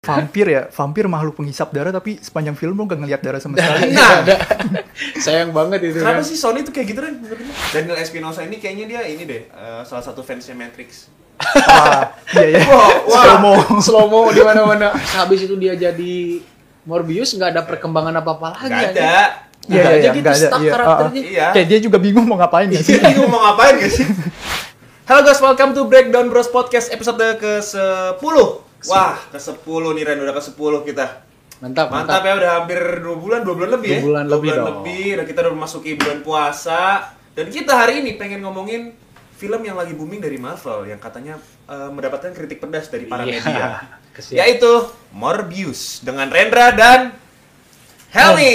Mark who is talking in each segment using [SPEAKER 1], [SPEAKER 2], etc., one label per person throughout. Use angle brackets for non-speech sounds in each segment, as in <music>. [SPEAKER 1] vampir ya vampir makhluk penghisap darah tapi sepanjang film lo gak ngelihat darah sama
[SPEAKER 2] <laughs>
[SPEAKER 1] sekali
[SPEAKER 3] Nggak <laughs> ada. Sayang banget itu.
[SPEAKER 4] Kenapa
[SPEAKER 3] kan.
[SPEAKER 4] sih Sony tuh kayak gitu kan?
[SPEAKER 2] Daniel Espinosa ini kayaknya dia ini deh eh, salah satu fansnya Matrix.
[SPEAKER 1] Wah, iya ya Slow-mo.
[SPEAKER 3] Slow mo di mana-mana. <laughs> Habis itu dia jadi Morbius nggak ada perkembangan apa-apa lagi. <laughs>
[SPEAKER 2] Gak
[SPEAKER 3] anjing.
[SPEAKER 2] ada.
[SPEAKER 1] iya
[SPEAKER 3] Ada
[SPEAKER 1] iya
[SPEAKER 3] aja
[SPEAKER 1] iya
[SPEAKER 3] gitu
[SPEAKER 1] nggak ada
[SPEAKER 3] stuck
[SPEAKER 1] iya
[SPEAKER 3] karakternya.
[SPEAKER 1] ah, ah.
[SPEAKER 2] Iya. <laughs>
[SPEAKER 1] kayak dia juga bingung mau ngapain ya sih
[SPEAKER 2] Ini mau ngapain gak sih?
[SPEAKER 4] Halo guys, welcome to Breakdown Bros
[SPEAKER 2] Podcast episode ke-10. Wah, ke-10 nih Ren, udah ke-10 kita.
[SPEAKER 3] Mantap,
[SPEAKER 2] Mantap ya, udah hampir 2 bulan, 2 bulan lebih
[SPEAKER 3] Dua
[SPEAKER 2] ya.
[SPEAKER 3] bulan
[SPEAKER 2] Dua
[SPEAKER 3] lebih
[SPEAKER 2] bulan
[SPEAKER 3] dong.
[SPEAKER 2] lebih, dan kita udah memasuki bulan puasa. Dan kita hari ini pengen ngomongin film yang lagi booming dari Marvel yang katanya eh, mendapatkan kritik pedas dari para
[SPEAKER 3] Iya,
[SPEAKER 2] media.
[SPEAKER 3] kesian.
[SPEAKER 2] Yaitu Morbius dengan Rendra dan Helmi.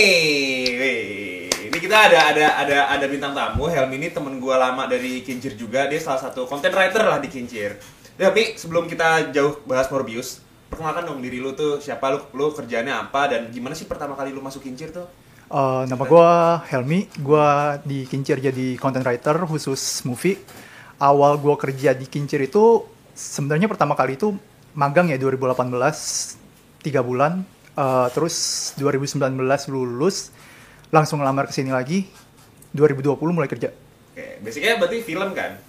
[SPEAKER 2] Wih, Ini kita ada ada ada ada bintang tamu. Helmi ini temen gua lama dari Kincir juga. Dia salah satu content writer lah di Kincir. Tapi sebelum kita jauh bahas Morbius, perkenalkan dong diri lu tuh siapa lu, lu kerjaannya apa dan gimana sih pertama kali lu masuk Kincir tuh?
[SPEAKER 1] Eh, nama gue Helmi, gue di Kincir jadi content writer khusus movie. Awal gue kerja di Kincir itu sebenarnya pertama kali itu magang ya 2018, 3 bulan. Eh, terus 2019 lulus, langsung ngelamar ke sini lagi. 2020 mulai kerja.
[SPEAKER 2] Oke, basicnya berarti film kan?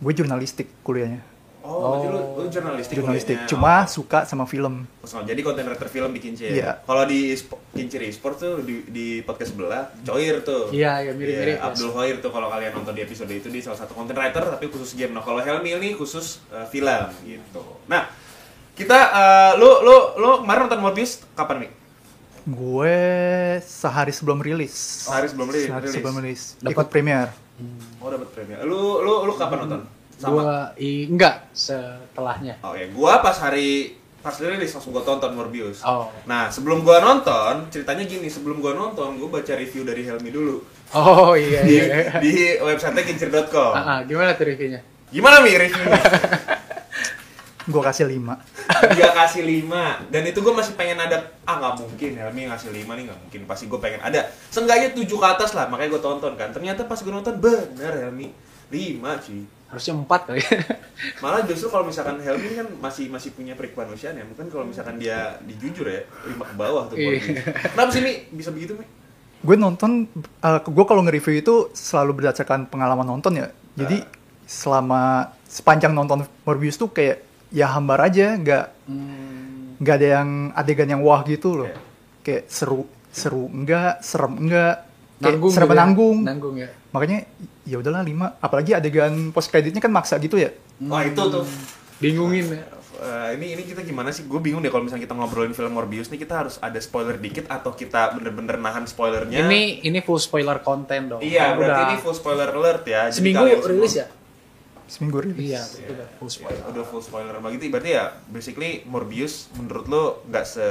[SPEAKER 1] Gue jurnalistik kuliahnya,
[SPEAKER 2] Oh, berarti lu, lu jurnalistik.
[SPEAKER 1] jurnalistik.
[SPEAKER 2] kuliahnya.
[SPEAKER 1] Cuma suka sama film.
[SPEAKER 2] Oh, so- jadi konten writer film di Kincir.
[SPEAKER 1] Iya.
[SPEAKER 2] Kalau di Sp- Kincir Esport tuh di, di podcast sebelah, Coir tuh.
[SPEAKER 3] Iya, iya, mirip-mirip,
[SPEAKER 2] Iya, Abdul Hoir tuh kalau kalian nonton di episode itu dia salah satu konten writer tapi khusus game. Nah, kalau Helmi ini khusus eh, film gitu. Nah, kita eh, lu lu lu kemarin nonton Morbius kapan, Mik?
[SPEAKER 1] Gue sehari sebelum rilis.
[SPEAKER 2] Sehari sebelum rilis.
[SPEAKER 1] Sehari sebelum rilis. Ikut
[SPEAKER 3] Dapat-
[SPEAKER 1] premier.
[SPEAKER 2] Oh, dapat premier. Lu lu lu kapan nonton? Sama.
[SPEAKER 3] Gua i, enggak setelahnya.
[SPEAKER 2] Oke, gua pas hari pas rilis langsung gua tonton Morbius.
[SPEAKER 3] Oh.
[SPEAKER 2] Nah, sebelum gua nonton, ceritanya gini, sebelum gua nonton, gua baca review dari Helmi dulu.
[SPEAKER 3] Oh iya
[SPEAKER 2] di,
[SPEAKER 3] iya.
[SPEAKER 2] di website kincir.com.
[SPEAKER 3] <laughs> Ah, ah, gimana tuh reviewnya?
[SPEAKER 2] Gimana Mi reviewnya?
[SPEAKER 1] Gue kasih 5.
[SPEAKER 2] Dia kasih 5 dan itu gue masih pengen ada ah nggak mungkin Helmi ngasih 5 nih nggak mungkin pasti gue pengen ada seenggaknya 7 ke atas lah makanya gue tonton kan ternyata pas gue nonton bener Helmi 5 cuy
[SPEAKER 3] Harusnya empat kali. <laughs>
[SPEAKER 2] malah justru kalau misalkan Helmi kan masih masih punya perikemanusiaan ya mungkin kalau misalkan dia dijujur ya 5 ke bawah tuh
[SPEAKER 3] Iya.
[SPEAKER 2] quality. kenapa sih Mi bisa begitu Mi?
[SPEAKER 1] gue nonton eh, gue kalau nge-review itu selalu berdasarkan pengalaman nonton ya
[SPEAKER 2] Nah.
[SPEAKER 1] jadi selama sepanjang nonton Morbius tuh kayak ya hambar aja nggak
[SPEAKER 3] Hmm,
[SPEAKER 1] nggak ada yang adegan yang wah gitu loh
[SPEAKER 2] Iya.
[SPEAKER 1] kayak seru seru enggak serem enggak kayak
[SPEAKER 3] nanggung.
[SPEAKER 1] serba
[SPEAKER 3] gitu ya.
[SPEAKER 1] nanggung
[SPEAKER 3] Nanggung ya.
[SPEAKER 1] makanya ya udahlah lima apalagi adegan post kreditnya kan maksa gitu ya
[SPEAKER 2] wah itu tuh
[SPEAKER 3] Bingungin ya.
[SPEAKER 2] Eh, ini ini kita gimana sih? Gue bingung deh kalau misalnya kita ngobrolin film Morbius nih kita harus ada spoiler dikit atau kita bener-bener nahan spoilernya.
[SPEAKER 3] Ini ini full spoiler konten dong.
[SPEAKER 2] iya
[SPEAKER 3] Kan
[SPEAKER 2] berarti
[SPEAKER 3] udah
[SPEAKER 2] ini full spoiler alert ya. Jadi
[SPEAKER 3] seminggu
[SPEAKER 2] kalian semua-
[SPEAKER 3] rilis ya?
[SPEAKER 1] seminggu rilis
[SPEAKER 3] Iya, itu udah full
[SPEAKER 2] Iya,
[SPEAKER 3] spoiler.
[SPEAKER 2] udah full spoiler begitu berarti ya basically Morbius menurut lo nggak se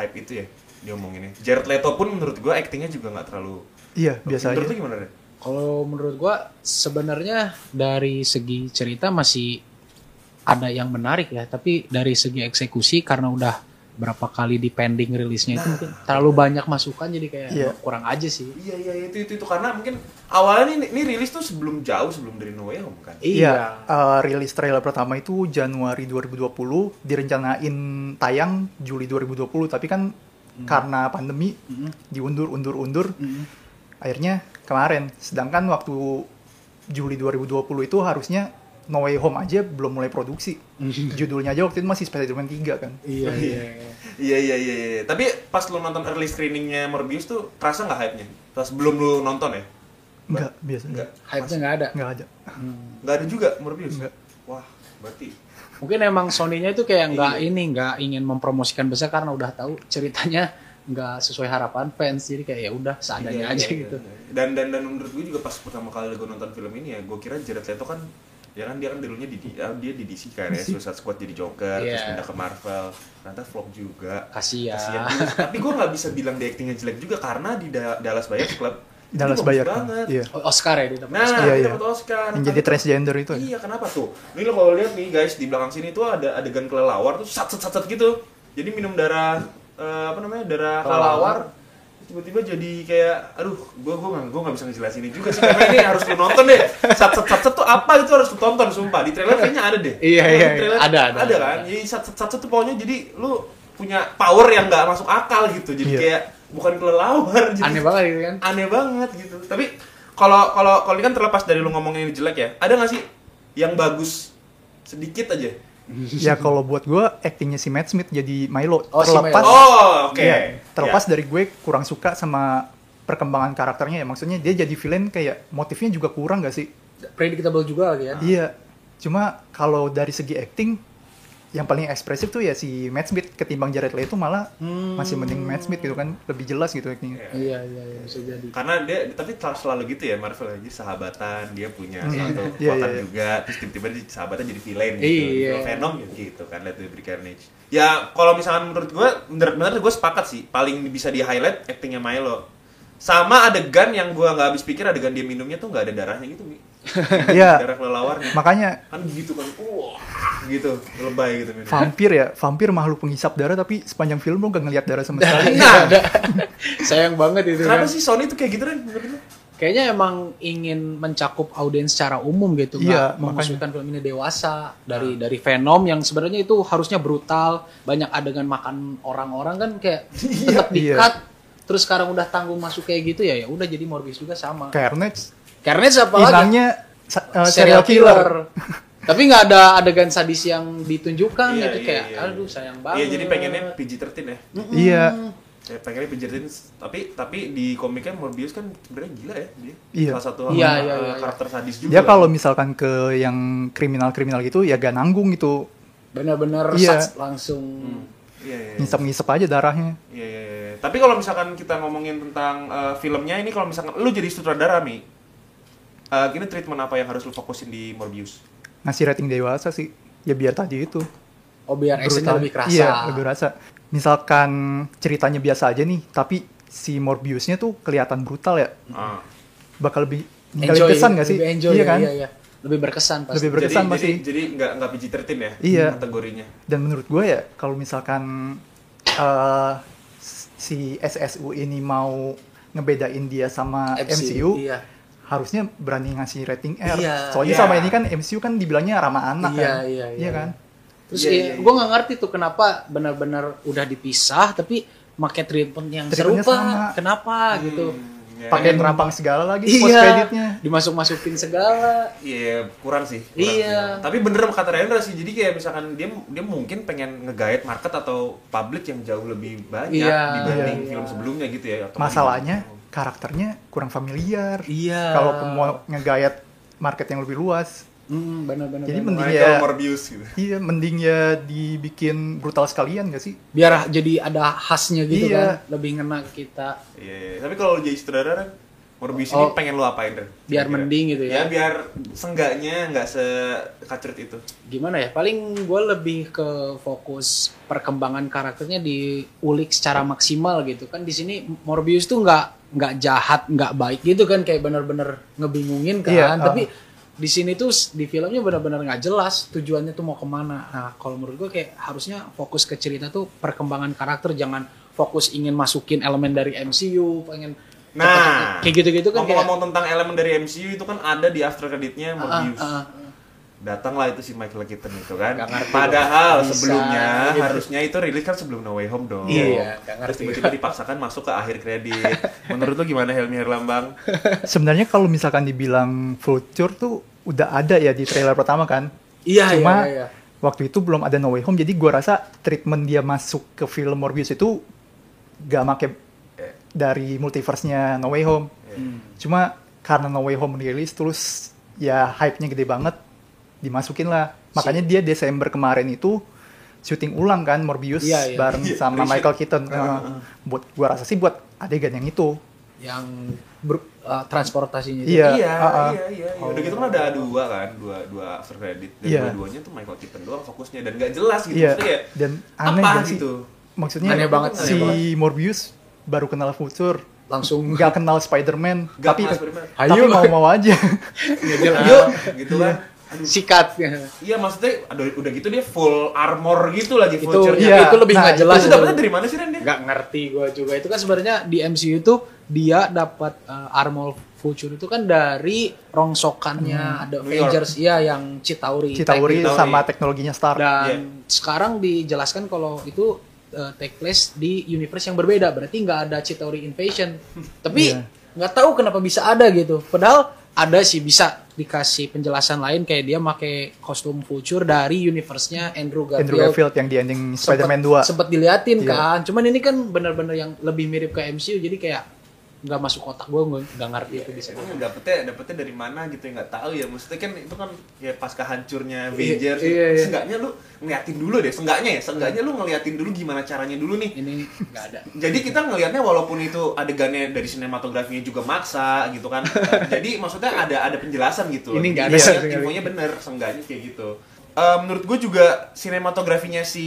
[SPEAKER 2] hype itu ya diomonginnya. Jared Leto pun menurut gue actingnya juga nggak terlalu.
[SPEAKER 1] iya biasa aja
[SPEAKER 2] Menurut lo gimana deh?
[SPEAKER 3] Kalau menurut gua sebenarnya dari segi cerita masih ada yang menarik ya, tapi dari segi eksekusi karena udah berapa kali di pending rilisnya itu mungkin terlalu banyak masukan jadi kayak
[SPEAKER 1] Iya.
[SPEAKER 3] kurang aja sih.
[SPEAKER 2] Iya iya itu, itu itu karena mungkin awalnya nih ini rilis tuh sebelum jauh sebelum dari No Way Home kan.
[SPEAKER 1] Iya, eh, rilis trailer pertama itu Januari 2020, direncanain tayang Juli 2020, tapi kan karena pandemi diundur, undur, undur.
[SPEAKER 3] Iya. Hmm.
[SPEAKER 1] Akhirnya kemarin, sedangkan waktu Juli 2020 itu harusnya No Way Home aja belum mulai produksi. Judulnya aja waktu itu masih Spider-Man 3 kan.
[SPEAKER 3] Iya, iya. iya.
[SPEAKER 2] Iya iya iya. iya. Tapi pas lu nonton early screeningnya Morbius tuh kerasa nggak hype-nya? Pas belum lu nonton ya?
[SPEAKER 1] Enggak, biasa.
[SPEAKER 2] Enggak.
[SPEAKER 3] Hype-nya nggak ada. Hmm.
[SPEAKER 1] Enggak ada.
[SPEAKER 2] Nggak ada juga Morbius.
[SPEAKER 1] Nggak.
[SPEAKER 2] Wah berarti.
[SPEAKER 3] Mungkin emang Sony-nya itu kayak nggak ini, nggak ingin mempromosikan besar karena udah tahu ceritanya nggak sesuai harapan fans. Jadi kayak ya udah
[SPEAKER 2] Iya,
[SPEAKER 3] seadanya
[SPEAKER 2] iya,
[SPEAKER 3] aja
[SPEAKER 2] iya,
[SPEAKER 3] gitu.
[SPEAKER 2] iya. Dan dan dan menurut gue juga pas pertama kali gue nonton film ini ya, gue kira Jared Leto kan ya kan dia kan dulunya di dia dia di DC kan ya, Suicide Squad jadi Joker,
[SPEAKER 3] Iya.
[SPEAKER 2] terus pindah ke Marvel. Ternyata flop juga.
[SPEAKER 3] Kasihan.
[SPEAKER 2] Kasihan juga. Tapi gue nggak bisa bilang dia actingnya jelek juga karena di Da- Dallas Buyers Club itu
[SPEAKER 1] Dallas
[SPEAKER 2] bagus
[SPEAKER 1] Bayer.
[SPEAKER 2] banget.
[SPEAKER 1] Iya.
[SPEAKER 3] Oscar ya di tempat
[SPEAKER 2] Nah,
[SPEAKER 3] Oscar.
[SPEAKER 1] Iya,
[SPEAKER 2] dia
[SPEAKER 1] iya.
[SPEAKER 2] dapat Oscar. Kan
[SPEAKER 1] Yang jadi
[SPEAKER 2] Tapi-
[SPEAKER 1] transgender itu. ya.
[SPEAKER 2] Iya, kenapa tuh? Ini lo kalau lihat nih guys di belakang sini tuh ada adegan kelelawar tuh sat sat sat, sat gitu. Jadi minum darah eh, apa namanya? darah kelelawar tiba-tiba jadi kayak aduh gua gua nggak gua nggak bisa ngejelasin ini juga sih karena ini harus lu nonton deh sat sat sat sat tuh apa itu harus lu tonton sumpah di trailer kayaknya ada deh
[SPEAKER 3] Iya,
[SPEAKER 2] Di
[SPEAKER 3] iya,
[SPEAKER 2] trailer
[SPEAKER 3] iya. Ada, ada,
[SPEAKER 2] ada kan
[SPEAKER 3] ada.
[SPEAKER 2] jadi sat sat sat tuh pokoknya jadi lu punya power yang nggak masuk akal gitu jadi
[SPEAKER 1] Iya.
[SPEAKER 2] kayak bukan kelelawar jadi
[SPEAKER 3] aneh banget gitu kan
[SPEAKER 2] aneh banget gitu tapi kalau kalau kalau ini kan terlepas dari lu ngomongin yang jelek ya ada nggak sih yang bagus sedikit aja
[SPEAKER 1] ya kalau buat gue actingnya si Matt Smith jadi Milo
[SPEAKER 3] Oh, si
[SPEAKER 1] terlepas
[SPEAKER 3] Milo.
[SPEAKER 2] oh oke
[SPEAKER 1] Iya, terlepas dari gue kurang suka sama perkembangan karakternya ya maksudnya dia jadi villain kayak motifnya juga kurang gak sih
[SPEAKER 3] predictable juga lagi kan
[SPEAKER 1] Iya, cuma kalau dari segi acting yang paling ekspresif tuh ya si Matt Smith ketimbang Jared Leto malah masih mending Matt Smith gitu kan lebih jelas gitu actingnya.
[SPEAKER 2] Iya.
[SPEAKER 3] iya iya iya, bisa jadi
[SPEAKER 2] karena dia tapi sel- selalu gitu ya Marvel aja sahabatan dia punya
[SPEAKER 1] Hmm. Iya,
[SPEAKER 2] satu kekuatan
[SPEAKER 1] iya, iya.
[SPEAKER 2] juga terus tiba-tiba dia sahabatan jadi villain gitu
[SPEAKER 3] Iya.
[SPEAKER 2] Kalau Venom ya gitu kan Let There Be Carnage ya kalau misalkan menurut gue menurut menurut gue sepakat sih paling bisa di highlight actingnya Milo sama adegan yang gue nggak habis pikir adegan dia minumnya tuh nggak ada darahnya gitu Mi.
[SPEAKER 1] <laughs> Iya,
[SPEAKER 2] darah kelelawarnya
[SPEAKER 1] makanya
[SPEAKER 2] kan gitu kan wah gitu lebay gitu minumnya.
[SPEAKER 1] vampir ya, vampir makhluk penghisap darah tapi sepanjang film lo gak ngelihat darah sama sekali.
[SPEAKER 3] Iya, <laughs> ada. sayang banget itu
[SPEAKER 2] kenapa
[SPEAKER 3] kan.
[SPEAKER 2] sih Sony tuh kayak gitu kan menurut lu?
[SPEAKER 3] kayaknya emang ingin mencakup audiens secara umum gitu
[SPEAKER 1] Iya,
[SPEAKER 3] nggak memasukkan film ini dewasa dari dari Venom yang sebenarnya itu harusnya brutal banyak adegan makan orang-orang kan kayak tetap
[SPEAKER 1] <laughs> Iya.
[SPEAKER 3] dikat terus sekarang udah tanggung masuk kayak gitu ya ya udah jadi Morbius juga sama
[SPEAKER 1] Carnage
[SPEAKER 3] karena siapa lagi
[SPEAKER 1] hilangnya sa- eh, serial killer.
[SPEAKER 3] <laughs> tapi nggak ada adegan sadis yang ditunjukkan
[SPEAKER 2] Iya,
[SPEAKER 3] gitu
[SPEAKER 2] iya,
[SPEAKER 3] kayak
[SPEAKER 2] iya,
[SPEAKER 3] aduh
[SPEAKER 2] iya.
[SPEAKER 3] sayang
[SPEAKER 2] iya
[SPEAKER 3] banget Hmm?
[SPEAKER 2] jadi pengennya PG-13 ya
[SPEAKER 1] Iya,
[SPEAKER 2] ya pengennya PG-13 tapi tapi di komiknya Morbius kan sebenarnya gila ya dia
[SPEAKER 1] Iya.
[SPEAKER 2] salah satu
[SPEAKER 3] Iya,
[SPEAKER 2] orang,
[SPEAKER 3] iya,
[SPEAKER 2] eh,
[SPEAKER 3] iya, iya.
[SPEAKER 2] karakter sadis juga
[SPEAKER 1] dia Ya, kalau misalkan ke yang kriminal-kriminal gitu ya gak nanggung gitu,
[SPEAKER 3] bener-bener
[SPEAKER 1] Iya. Hmm.
[SPEAKER 3] sats langsung
[SPEAKER 2] iya iya iya.
[SPEAKER 1] ngisap-ngisap aja darahnya.
[SPEAKER 2] Iya, iya, iya. tapi kalau misalkan kita ngomongin tentang eh, filmnya ini kalau misalkan lu jadi sutradara mi eh, ini treatment apa yang harus lu fokusin di Morbius
[SPEAKER 1] Ngasih rating dewasa sih, ya biar tadi itu.
[SPEAKER 3] oh biar actionnya
[SPEAKER 1] Brutal.
[SPEAKER 3] lebih kerasa
[SPEAKER 1] Iya, lebih kerasa. Misalkan ceritanya biasa aja nih, tapi si Morbiusnya tuh kelihatan brutal ya.
[SPEAKER 2] Ah.
[SPEAKER 3] Hmm.
[SPEAKER 1] Bakal lebih ninggalin kesan gak sih?
[SPEAKER 3] lebih enjoy
[SPEAKER 1] iya
[SPEAKER 3] ya,
[SPEAKER 1] kan?
[SPEAKER 3] iya, iya. lebih berkesan pasti
[SPEAKER 1] Lebih ber- Berkesan
[SPEAKER 2] jadi,
[SPEAKER 1] pasti.
[SPEAKER 2] jadi, jadi nggak nggak PG-13 ya
[SPEAKER 1] Iya.
[SPEAKER 2] kategorinya
[SPEAKER 1] Dan menurut gue ya, kalau misalkan eh, si SSU ini mau ngebedain dia sama MCU,
[SPEAKER 3] iya
[SPEAKER 1] harusnya berani ngasih rating R.
[SPEAKER 3] Iya.
[SPEAKER 1] Soalnya
[SPEAKER 2] Iya.
[SPEAKER 1] sama ini kan MCU kan dibilangnya ramah anak
[SPEAKER 3] Iya,
[SPEAKER 1] kan.
[SPEAKER 3] iya, iya.
[SPEAKER 1] kan?
[SPEAKER 3] terus
[SPEAKER 2] Iya,
[SPEAKER 3] iya,
[SPEAKER 2] iya,
[SPEAKER 3] gue
[SPEAKER 2] iya.
[SPEAKER 3] nggak ngerti tuh kenapa benar-benar udah dipisah tapi pakai treatment yang
[SPEAKER 1] Treatmentnya
[SPEAKER 3] serupa
[SPEAKER 1] sama.
[SPEAKER 3] kenapa gitu
[SPEAKER 2] Hmm, ya.
[SPEAKER 1] Pakai
[SPEAKER 3] Pengen-
[SPEAKER 1] terampang segala lagi post
[SPEAKER 3] iya
[SPEAKER 1] creditnya.
[SPEAKER 3] dimasuk masukin segala
[SPEAKER 2] Iya kurang sih. kurang
[SPEAKER 3] Iya.
[SPEAKER 2] sih. Tapi bener kata Rendra sih. Jadi kayak misalkan dia dia mungkin pengen ngegait market atau public yang jauh lebih banyak
[SPEAKER 3] Iya,
[SPEAKER 2] dibanding
[SPEAKER 3] iya.
[SPEAKER 2] film sebelumnya gitu ya. atau
[SPEAKER 1] Masalahnya karakternya kurang familiar.
[SPEAKER 3] iya
[SPEAKER 1] kalau ke- mau ngegayat market yang lebih luas
[SPEAKER 3] hmm, benar-benar
[SPEAKER 1] Jadi
[SPEAKER 3] benar.
[SPEAKER 1] men-
[SPEAKER 2] Michael
[SPEAKER 1] Iya.
[SPEAKER 2] Morbius gitu.
[SPEAKER 1] iya mending ya dibikin brutal sekalian
[SPEAKER 3] <laughs>
[SPEAKER 1] gak sih
[SPEAKER 3] biar jadi ada khasnya gitu
[SPEAKER 1] Iya.
[SPEAKER 3] kan lebih ngena ke kita
[SPEAKER 2] Iya. iya. Tapi kalau lu jadi sutradara Ren, Morbius
[SPEAKER 3] Oh.
[SPEAKER 2] ini pengen lu apain Ren?
[SPEAKER 3] Biar
[SPEAKER 2] Kira-kira.
[SPEAKER 3] mending gitu ya.
[SPEAKER 2] Ya biar senggaknya nggak sekacret itu.
[SPEAKER 3] gimana ya paling gue lebih ke fokus perkembangan karakternya diulik secara maksimal gitu kan di sini Morbius tuh nggak nggak jahat nggak baik gitu kan kayak bener-bener ngebingungin kan
[SPEAKER 1] Iya,
[SPEAKER 2] ah.
[SPEAKER 1] uh.
[SPEAKER 3] tapi di sini tuh s- di filmnya benar-benar nggak jelas tujuannya tuh mau kemana nah kalau menurut gue kayak harusnya fokus ke cerita tuh perkembangan karakter jangan fokus ingin masukin elemen dari MCU pengen
[SPEAKER 2] Nah.
[SPEAKER 3] kayak gitu-gitu kan kayak
[SPEAKER 2] Ngomong-ngomong tentang elemen dari MCU itu kan ada di after creditnya
[SPEAKER 3] Ah,
[SPEAKER 2] Morbius.
[SPEAKER 3] ah,
[SPEAKER 2] Datanglah itu si Michael Keaton itu kan.
[SPEAKER 3] Nggak ngerti
[SPEAKER 2] Padahal
[SPEAKER 3] dong. Bisa,
[SPEAKER 2] sebelumnya
[SPEAKER 3] gitu.
[SPEAKER 2] harusnya itu rilis kan sebelum No Way Home dong.
[SPEAKER 3] Iya, nggak
[SPEAKER 2] Terus
[SPEAKER 3] ngerti.
[SPEAKER 2] tiba-tiba dipaksakan masuk ke akhir
[SPEAKER 3] <laughs>
[SPEAKER 2] kredit. Menurut lu gimana Helmi Herlambang?
[SPEAKER 1] sebenarnya kalau misalkan dibilang vulture tuh udah ada ya di trailer pertama kan
[SPEAKER 3] iya iya,
[SPEAKER 1] cuma
[SPEAKER 3] iya, iya.
[SPEAKER 1] waktu itu belum ada No Way Home jadi gua rasa treatment dia masuk ke film Morbius itu gak make eh, dari multiverse-nya No Way Home
[SPEAKER 3] Hmm.
[SPEAKER 1] cuma karena No Way Home rilis terus ya hype-nya gede banget dimasukin lah makanya dia Desember kemarin itu syuting ulang kan Morbius
[SPEAKER 3] Iya, iya.
[SPEAKER 1] bareng
[SPEAKER 2] Iya,
[SPEAKER 1] sama
[SPEAKER 2] reshoot.
[SPEAKER 1] Michael Keaton Nah, buat gua rasa sih buat adegan yang itu
[SPEAKER 3] yang ber- eh, transportasinya itu.
[SPEAKER 1] Iya,
[SPEAKER 2] iya,
[SPEAKER 1] ah, ah.
[SPEAKER 2] iya, iya, iya. Udah gitu kan ada dua kan, dua dua after credit dan
[SPEAKER 1] Iya.
[SPEAKER 2] dua-duanya tuh Michael Keaton doang fokusnya dan gak jelas gitu.
[SPEAKER 1] Iya,
[SPEAKER 2] Maksudnya kayak,
[SPEAKER 1] dan aneh
[SPEAKER 2] apa
[SPEAKER 1] gak sih?
[SPEAKER 2] gitu.
[SPEAKER 1] maksudnya
[SPEAKER 3] Aneh banget,
[SPEAKER 1] si
[SPEAKER 3] aneh
[SPEAKER 1] Morbius baru kenal Vulture
[SPEAKER 3] langsung
[SPEAKER 1] nggak kenal Spider-Man
[SPEAKER 2] Gak
[SPEAKER 1] tapi
[SPEAKER 2] jelas bener.
[SPEAKER 1] tapi
[SPEAKER 3] Ayo.
[SPEAKER 1] mau-mau aja
[SPEAKER 2] Ah,
[SPEAKER 3] Yuk.
[SPEAKER 2] gitu
[SPEAKER 1] Iya.
[SPEAKER 2] kan. Aduh.
[SPEAKER 3] sikat
[SPEAKER 2] Iya maksudnya aduh, udah gitu dia full armor gitu lagi
[SPEAKER 3] itu
[SPEAKER 2] vulture-nya.
[SPEAKER 1] iya.
[SPEAKER 3] itu lebih
[SPEAKER 1] Nah,
[SPEAKER 3] nggak
[SPEAKER 1] itu
[SPEAKER 3] jelas
[SPEAKER 2] Itu
[SPEAKER 3] itu.
[SPEAKER 2] dapetnya dari mana sih Ren? dia?
[SPEAKER 3] nggak ngerti gue juga itu kan sebenarnya di MCU itu dia dapat eh, armor future itu kan dari rongsokannya ada
[SPEAKER 2] New York.
[SPEAKER 3] Avengers iya yang Chitauri gitu.
[SPEAKER 1] Citauri
[SPEAKER 2] Citauri.
[SPEAKER 3] Nah,
[SPEAKER 1] sama teknologinya Stark
[SPEAKER 3] dan sekarang dijelaskan kalau itu uh, take place di universe yang berbeda. Berarti nggak ada Chitauri Invasion. Tapi
[SPEAKER 1] Iya.
[SPEAKER 3] nggak tahu kenapa bisa ada gitu. Padahal ada sih bisa dikasih penjelasan lain kayak dia pakai kostum vulture dari universe-nya Andrew Garfield.
[SPEAKER 1] Andrew Garfield yang di ending Spider-Man 2.
[SPEAKER 3] Sempat
[SPEAKER 1] Iya.
[SPEAKER 3] diliatin kan. Cuman ini kan benar-benar yang lebih mirip ke MCU jadi kayak nggak masuk otak gue nggak ngerti itu bisa
[SPEAKER 2] Emang dapetnya dapetnya dari mana gitu ya nggak tahu ya maksudnya kan itu kan ya pasca hancurnya Avengers
[SPEAKER 3] iya, iya.
[SPEAKER 2] seenggaknya lu ngeliatin dulu deh seenggaknya ya seenggaknya lu ngeliatin dulu gimana caranya dulu nih
[SPEAKER 3] ini nggak ada
[SPEAKER 2] jadi kita ngelihatnya walaupun itu adegannya dari sinematografinya juga maksa gitu
[SPEAKER 3] <laughs>
[SPEAKER 2] kan Eh, jadi maksudnya ada ada penjelasan gitu
[SPEAKER 3] Ini nggak ada
[SPEAKER 2] Infonya-
[SPEAKER 3] sama sekali.
[SPEAKER 2] infonya bener seenggaknya kayak gitu Eh, menurut gue juga sinematografinya si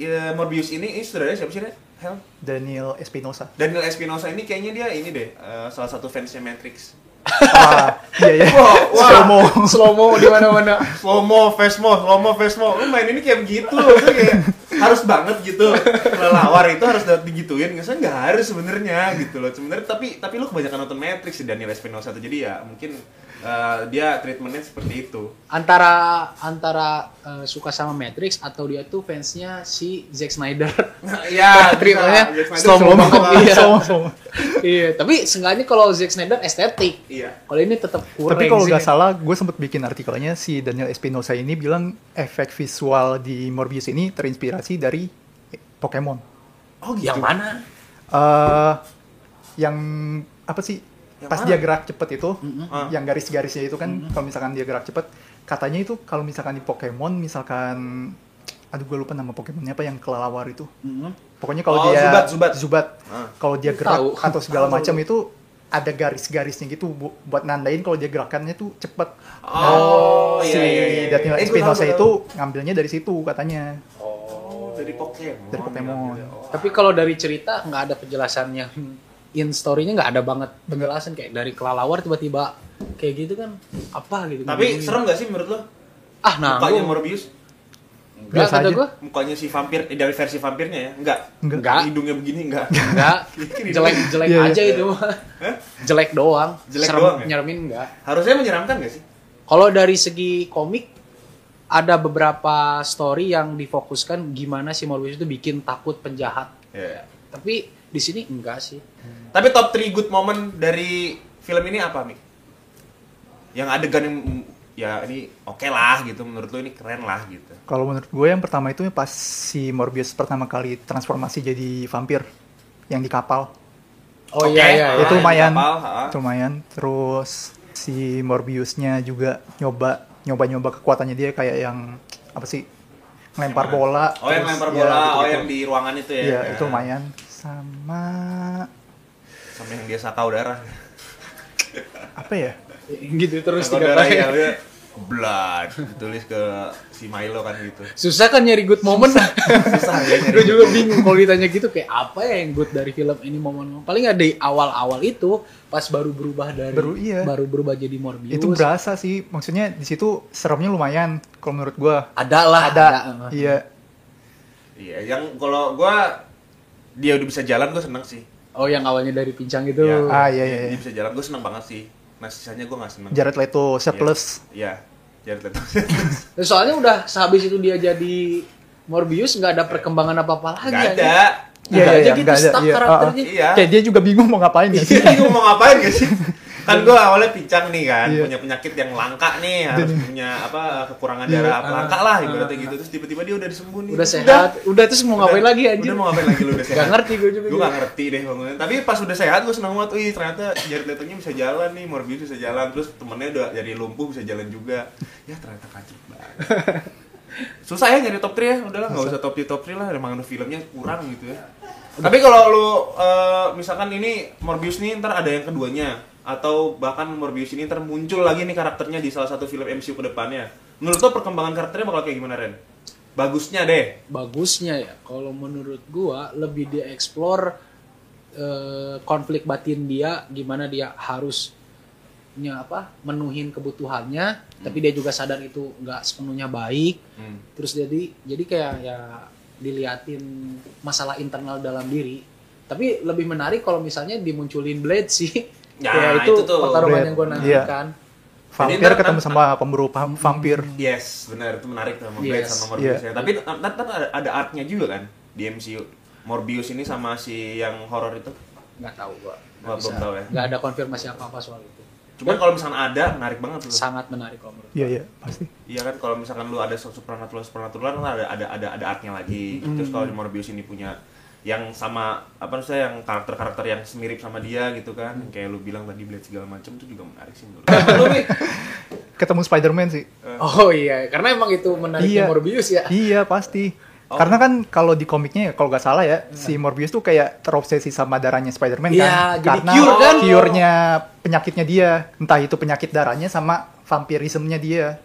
[SPEAKER 2] eh, Morbius ini ini saudaranya siapa sih Ren? Hel
[SPEAKER 1] Daniel Espinosa.
[SPEAKER 2] Daniel Espinosa ini kayaknya dia ini deh eh, salah satu fansnya Matrix
[SPEAKER 1] Wah, iya ya.
[SPEAKER 2] <laughs> Wah,
[SPEAKER 1] <laughs>
[SPEAKER 2] wah.
[SPEAKER 1] <laughs> Slow-mo.
[SPEAKER 3] slow mo di mana-mana
[SPEAKER 2] Slomo, Vesmo, Slomo, Vesmo. Lu main ini kayak begitu, maksudnya kayak harus banget gitu. Kelelawar itu harus dapat digituin, nggak nggak harus sebenarnya gitu loh. Sebenarnya tapi tapi lu kebanyakan nonton Matrix sih Daniel Espinosa tuh. Jadi ya mungkin eh, dia treatmentnya seperti itu.
[SPEAKER 3] antara antara eh, suka sama Matrix atau dia tuh fansnya si Zack Snyder
[SPEAKER 2] ya,
[SPEAKER 3] Eh, Treatmentnya
[SPEAKER 2] bisa. Jack Snyder
[SPEAKER 3] slow
[SPEAKER 2] slow-mo
[SPEAKER 3] mo.
[SPEAKER 2] banget.
[SPEAKER 3] <laughs> Iya.
[SPEAKER 1] Ah, Slow-mo, slow-mo.
[SPEAKER 3] iya tapi seenggaknya kalau Zack Snyder estetik
[SPEAKER 2] Iya.
[SPEAKER 3] kalau ini tetap kurang
[SPEAKER 1] Tapi kalau
[SPEAKER 3] sih.
[SPEAKER 1] nggak salah, gue sempet bikin artikelnya si Daniel Espinosa ini bilang efek visual di Morbius ini terinspirasi dari Pokemon.
[SPEAKER 2] Oh gitu.
[SPEAKER 3] yang mana
[SPEAKER 1] eh yang apa sih
[SPEAKER 2] Yang
[SPEAKER 1] pas
[SPEAKER 2] mana?
[SPEAKER 1] dia gerak cepet itu
[SPEAKER 2] Ah.
[SPEAKER 1] yang garis-garisnya itu kan kalau misalkan dia gerak cepet katanya itu kalau misalkan di Pokemon misalkan aduh gue lupa nama Pokemonnya apa yang kelelawar itu
[SPEAKER 3] Mm-hmm.
[SPEAKER 1] pokoknya kalau
[SPEAKER 2] Oh,
[SPEAKER 1] dia
[SPEAKER 2] Zubat, Zubat. Ah.
[SPEAKER 1] kalau dia gerak
[SPEAKER 3] Tahu.
[SPEAKER 1] atau segala macam itu ada garis-garisnya gitu bu- buat nandain kalau dia gerakannya tuh cepet Nah,
[SPEAKER 2] Oh,
[SPEAKER 1] si
[SPEAKER 2] iya, iya, iya.
[SPEAKER 1] Daniel
[SPEAKER 2] Eh, gua
[SPEAKER 1] Espinosa
[SPEAKER 2] tahu, gua
[SPEAKER 1] itu
[SPEAKER 2] tahu.
[SPEAKER 1] ngambilnya dari situ katanya
[SPEAKER 2] Oh, dari Pokemon.
[SPEAKER 1] Dari Pokemon.
[SPEAKER 2] Oh.
[SPEAKER 3] tapi kalau dari cerita nggak ada penjelasannya in story-nya nggak ada banget penjelasan kayak dari kelelawar tiba-tiba kayak gitu kan apa gitu
[SPEAKER 2] Tapi
[SPEAKER 3] Ngomongin.
[SPEAKER 2] serem gak sih menurut lo?
[SPEAKER 3] ah nah
[SPEAKER 2] Mukanya Morbius,
[SPEAKER 1] Biasa
[SPEAKER 3] biasa
[SPEAKER 1] aja.
[SPEAKER 3] gue
[SPEAKER 2] mukanya si vampir eh, dari versi vampirnya ya? Enggak.
[SPEAKER 1] Enggak.
[SPEAKER 3] Enggak.
[SPEAKER 2] Hidungnya begini enggak.
[SPEAKER 3] Enggak, jelek jelek
[SPEAKER 1] Iya, iya.
[SPEAKER 3] aja itu mah.
[SPEAKER 2] Hah?
[SPEAKER 3] jelek doang.
[SPEAKER 2] Jelek
[SPEAKER 3] Serem,
[SPEAKER 2] doang ya?
[SPEAKER 3] Nyeremin enggak.
[SPEAKER 2] Harusnya menyeramkan gak sih?
[SPEAKER 3] Kalau dari segi komik ada beberapa story yang difokuskan gimana si Morbius itu bikin takut penjahat.
[SPEAKER 2] Iya.
[SPEAKER 3] Tapi di sini enggak sih.
[SPEAKER 2] Tapi top 3 good moment dari film ini apa, Mik? Yang adegan yang mm, ya ini oke lah gitu menurut lu ini keren lah gitu.
[SPEAKER 1] Kalau menurut gue yang pertama itu pas si Morbius pertama kali transformasi jadi vampir yang di kapal.
[SPEAKER 3] Oh
[SPEAKER 2] Oke,
[SPEAKER 3] iya iya.
[SPEAKER 2] Ah,
[SPEAKER 1] itu
[SPEAKER 2] yang di
[SPEAKER 1] lumayan.
[SPEAKER 2] kapal, ha.
[SPEAKER 1] Itu lumayan. Terus si Morbiusnya juga nyoba nyoba nyoba kekuatannya dia kayak yang apa sih ngelempar bola.
[SPEAKER 2] Oh yang
[SPEAKER 1] terus,
[SPEAKER 2] lempar
[SPEAKER 1] ya,
[SPEAKER 2] bola, oh
[SPEAKER 1] gitu-gitu.
[SPEAKER 2] yang di ruangan itu ya.
[SPEAKER 1] Iya,
[SPEAKER 2] Ya.
[SPEAKER 1] itu lumayan. Sama
[SPEAKER 2] Sama yang dia sakau darah.
[SPEAKER 1] apa ya?
[SPEAKER 3] Gitu terus
[SPEAKER 2] Sakau
[SPEAKER 3] tiga
[SPEAKER 2] darah
[SPEAKER 3] kali.
[SPEAKER 2] ya dia blood ditulis ke si Milo kan gitu.
[SPEAKER 3] Susah kan nyari good moment.
[SPEAKER 2] Susah
[SPEAKER 1] Iya,
[SPEAKER 2] ya nyari.
[SPEAKER 3] Gue juga bingung kalau ditanya gitu kayak apa ya yang good dari film ini momen paling ada di awal-awal itu pas baru berubah dari
[SPEAKER 1] Baru, iya.
[SPEAKER 3] baru berubah jadi Morbius.
[SPEAKER 1] Itu berasa sih. Maksudnya di situ seremnya lumayan kalau menurut gue.
[SPEAKER 3] ada eh. lah
[SPEAKER 1] Ada. Iya.
[SPEAKER 2] Iya, yang kalau gua dia udah bisa jalan gua seneng sih.
[SPEAKER 3] Oh yang awalnya dari pincang itu.
[SPEAKER 2] Ya,
[SPEAKER 1] Ah, iya, iya,
[SPEAKER 2] Dia
[SPEAKER 1] iya.
[SPEAKER 2] bisa jalan gua seneng banget sih. Nah, sisanya gua nggak seneng.
[SPEAKER 1] Jared Leto shapeless.
[SPEAKER 2] Iya. Jared
[SPEAKER 3] <laughs>
[SPEAKER 2] Leto.
[SPEAKER 3] Nah, Soalnya udah sehabis itu dia jadi Morbius nggak ada perkembangan apa-apa
[SPEAKER 2] Gak
[SPEAKER 3] lagi. anjing.
[SPEAKER 2] ada. <laughs>
[SPEAKER 3] Iya, iya, iya,
[SPEAKER 1] nggak
[SPEAKER 3] gitu stuck
[SPEAKER 1] iya,
[SPEAKER 3] karakternya.
[SPEAKER 1] ah, ah.
[SPEAKER 2] Iya.
[SPEAKER 1] Kayak dia juga bingung mau ngapain ya.
[SPEAKER 2] Iya, gue mau ngapain gak sih? Kan gue awalnya pincang nih kan,
[SPEAKER 1] Iya.
[SPEAKER 2] punya penyakit yang langka nih, harus punya apa kekurangan darah apa langka lah ibaratnya gitu. Terus tiba-tiba dia udah disembuh nih.
[SPEAKER 3] Udah sehat, udah, terus mau ngapain
[SPEAKER 2] Udah-
[SPEAKER 3] lagi anjing?
[SPEAKER 2] Udah mau ngapain lagi lu udah sehat.
[SPEAKER 3] Gak ngerti gue juga.
[SPEAKER 2] Gue gak ngerti deh bangunan. Tapi pas udah sehat gue seneng banget, wih ternyata Jared Leto-nya bisa jalan nih, Morbius bisa jalan, terus temennya udah jadi lumpuh bisa jalan juga. Ya ternyata kacau banget. Susah ya nyari top 3 ya, udahlah nggak usah top 3 top 3 lah, emang ada filmnya kurang gitu ya. Tapi kalau lu eh, misalkan ini Morbius nih ntar ada yang keduanya atau bahkan Morbius ini ntar muncul lagi nih karakternya di salah satu film MCU ke depannya. Menurut lo perkembangan karakternya bakal kayak gimana Ren? Bagusnya deh.
[SPEAKER 3] Bagusnya ya, kalau menurut gua lebih dia explore eh, konflik batin dia, gimana dia harus nya apa menuhin kebutuhannya, tapi dia juga sadar itu nggak sepenuhnya baik.
[SPEAKER 2] Hmm.
[SPEAKER 3] terus jadi jadi kayak ya diliatin masalah internal dalam diri tapi lebih menarik kalau misalnya dimunculin blade
[SPEAKER 2] <laughs>
[SPEAKER 3] sih
[SPEAKER 2] Ya,
[SPEAKER 3] Kayak itu,
[SPEAKER 2] itu tuh.
[SPEAKER 3] pertarungan
[SPEAKER 1] Blade,
[SPEAKER 3] yang kan. gue
[SPEAKER 1] iya.
[SPEAKER 3] nantikan
[SPEAKER 1] Vampir
[SPEAKER 2] Jadi ntar
[SPEAKER 1] ketemu
[SPEAKER 2] kan-
[SPEAKER 1] sama pemburu pam-
[SPEAKER 3] Hmm.
[SPEAKER 1] vampir.
[SPEAKER 2] Yes, benar itu menarik tuh sama Blade
[SPEAKER 3] Yes.
[SPEAKER 2] sama Morbius
[SPEAKER 1] Iya.
[SPEAKER 2] ya. Tapi ntar ntar ada, ada artnya juga kan di di MCU? Morbius ini sama si yang horor itu?
[SPEAKER 3] nggak tahu gua
[SPEAKER 2] Wah, belum tahu ya.
[SPEAKER 3] nggak ada konfirmasi apa apa soal itu
[SPEAKER 2] Cuman kalau misalkan ada, menarik banget loh.
[SPEAKER 3] sangat menarik kalau menurut
[SPEAKER 1] Iya iya pasti.
[SPEAKER 2] Iya kan kalau misalkan lu ada su- supernatural supernatural kan ada ada ada ada artnya lagi. Terus kalau di
[SPEAKER 3] Mm-hmm.
[SPEAKER 2] Morbius ini punya yang sama apa maksudnya yang karakter-karakter yang mirip sama dia gitu kan.
[SPEAKER 3] Mm-hmm.
[SPEAKER 2] Kayak lu bilang tadi Blade segala macam itu juga menarik sih menurut. gua.
[SPEAKER 3] Lu, Mi?
[SPEAKER 1] Ketemu Spider-Man sih.
[SPEAKER 3] oh iya karena emang itu
[SPEAKER 1] Iya.
[SPEAKER 3] menariknya Morbius ya Oh.
[SPEAKER 1] Iya pasti. Karena kan kalau di komiknya ya, kalau nggak salah ya si Morbius tuh kayak terobsesi sama darahnya Spider-Man
[SPEAKER 3] Nah. Iya,
[SPEAKER 1] kan.
[SPEAKER 3] jadi
[SPEAKER 1] Karena
[SPEAKER 3] cure kan?
[SPEAKER 1] cure-nya penyakitnya dia, entah itu penyakit darahnya sama vampirismenya dia.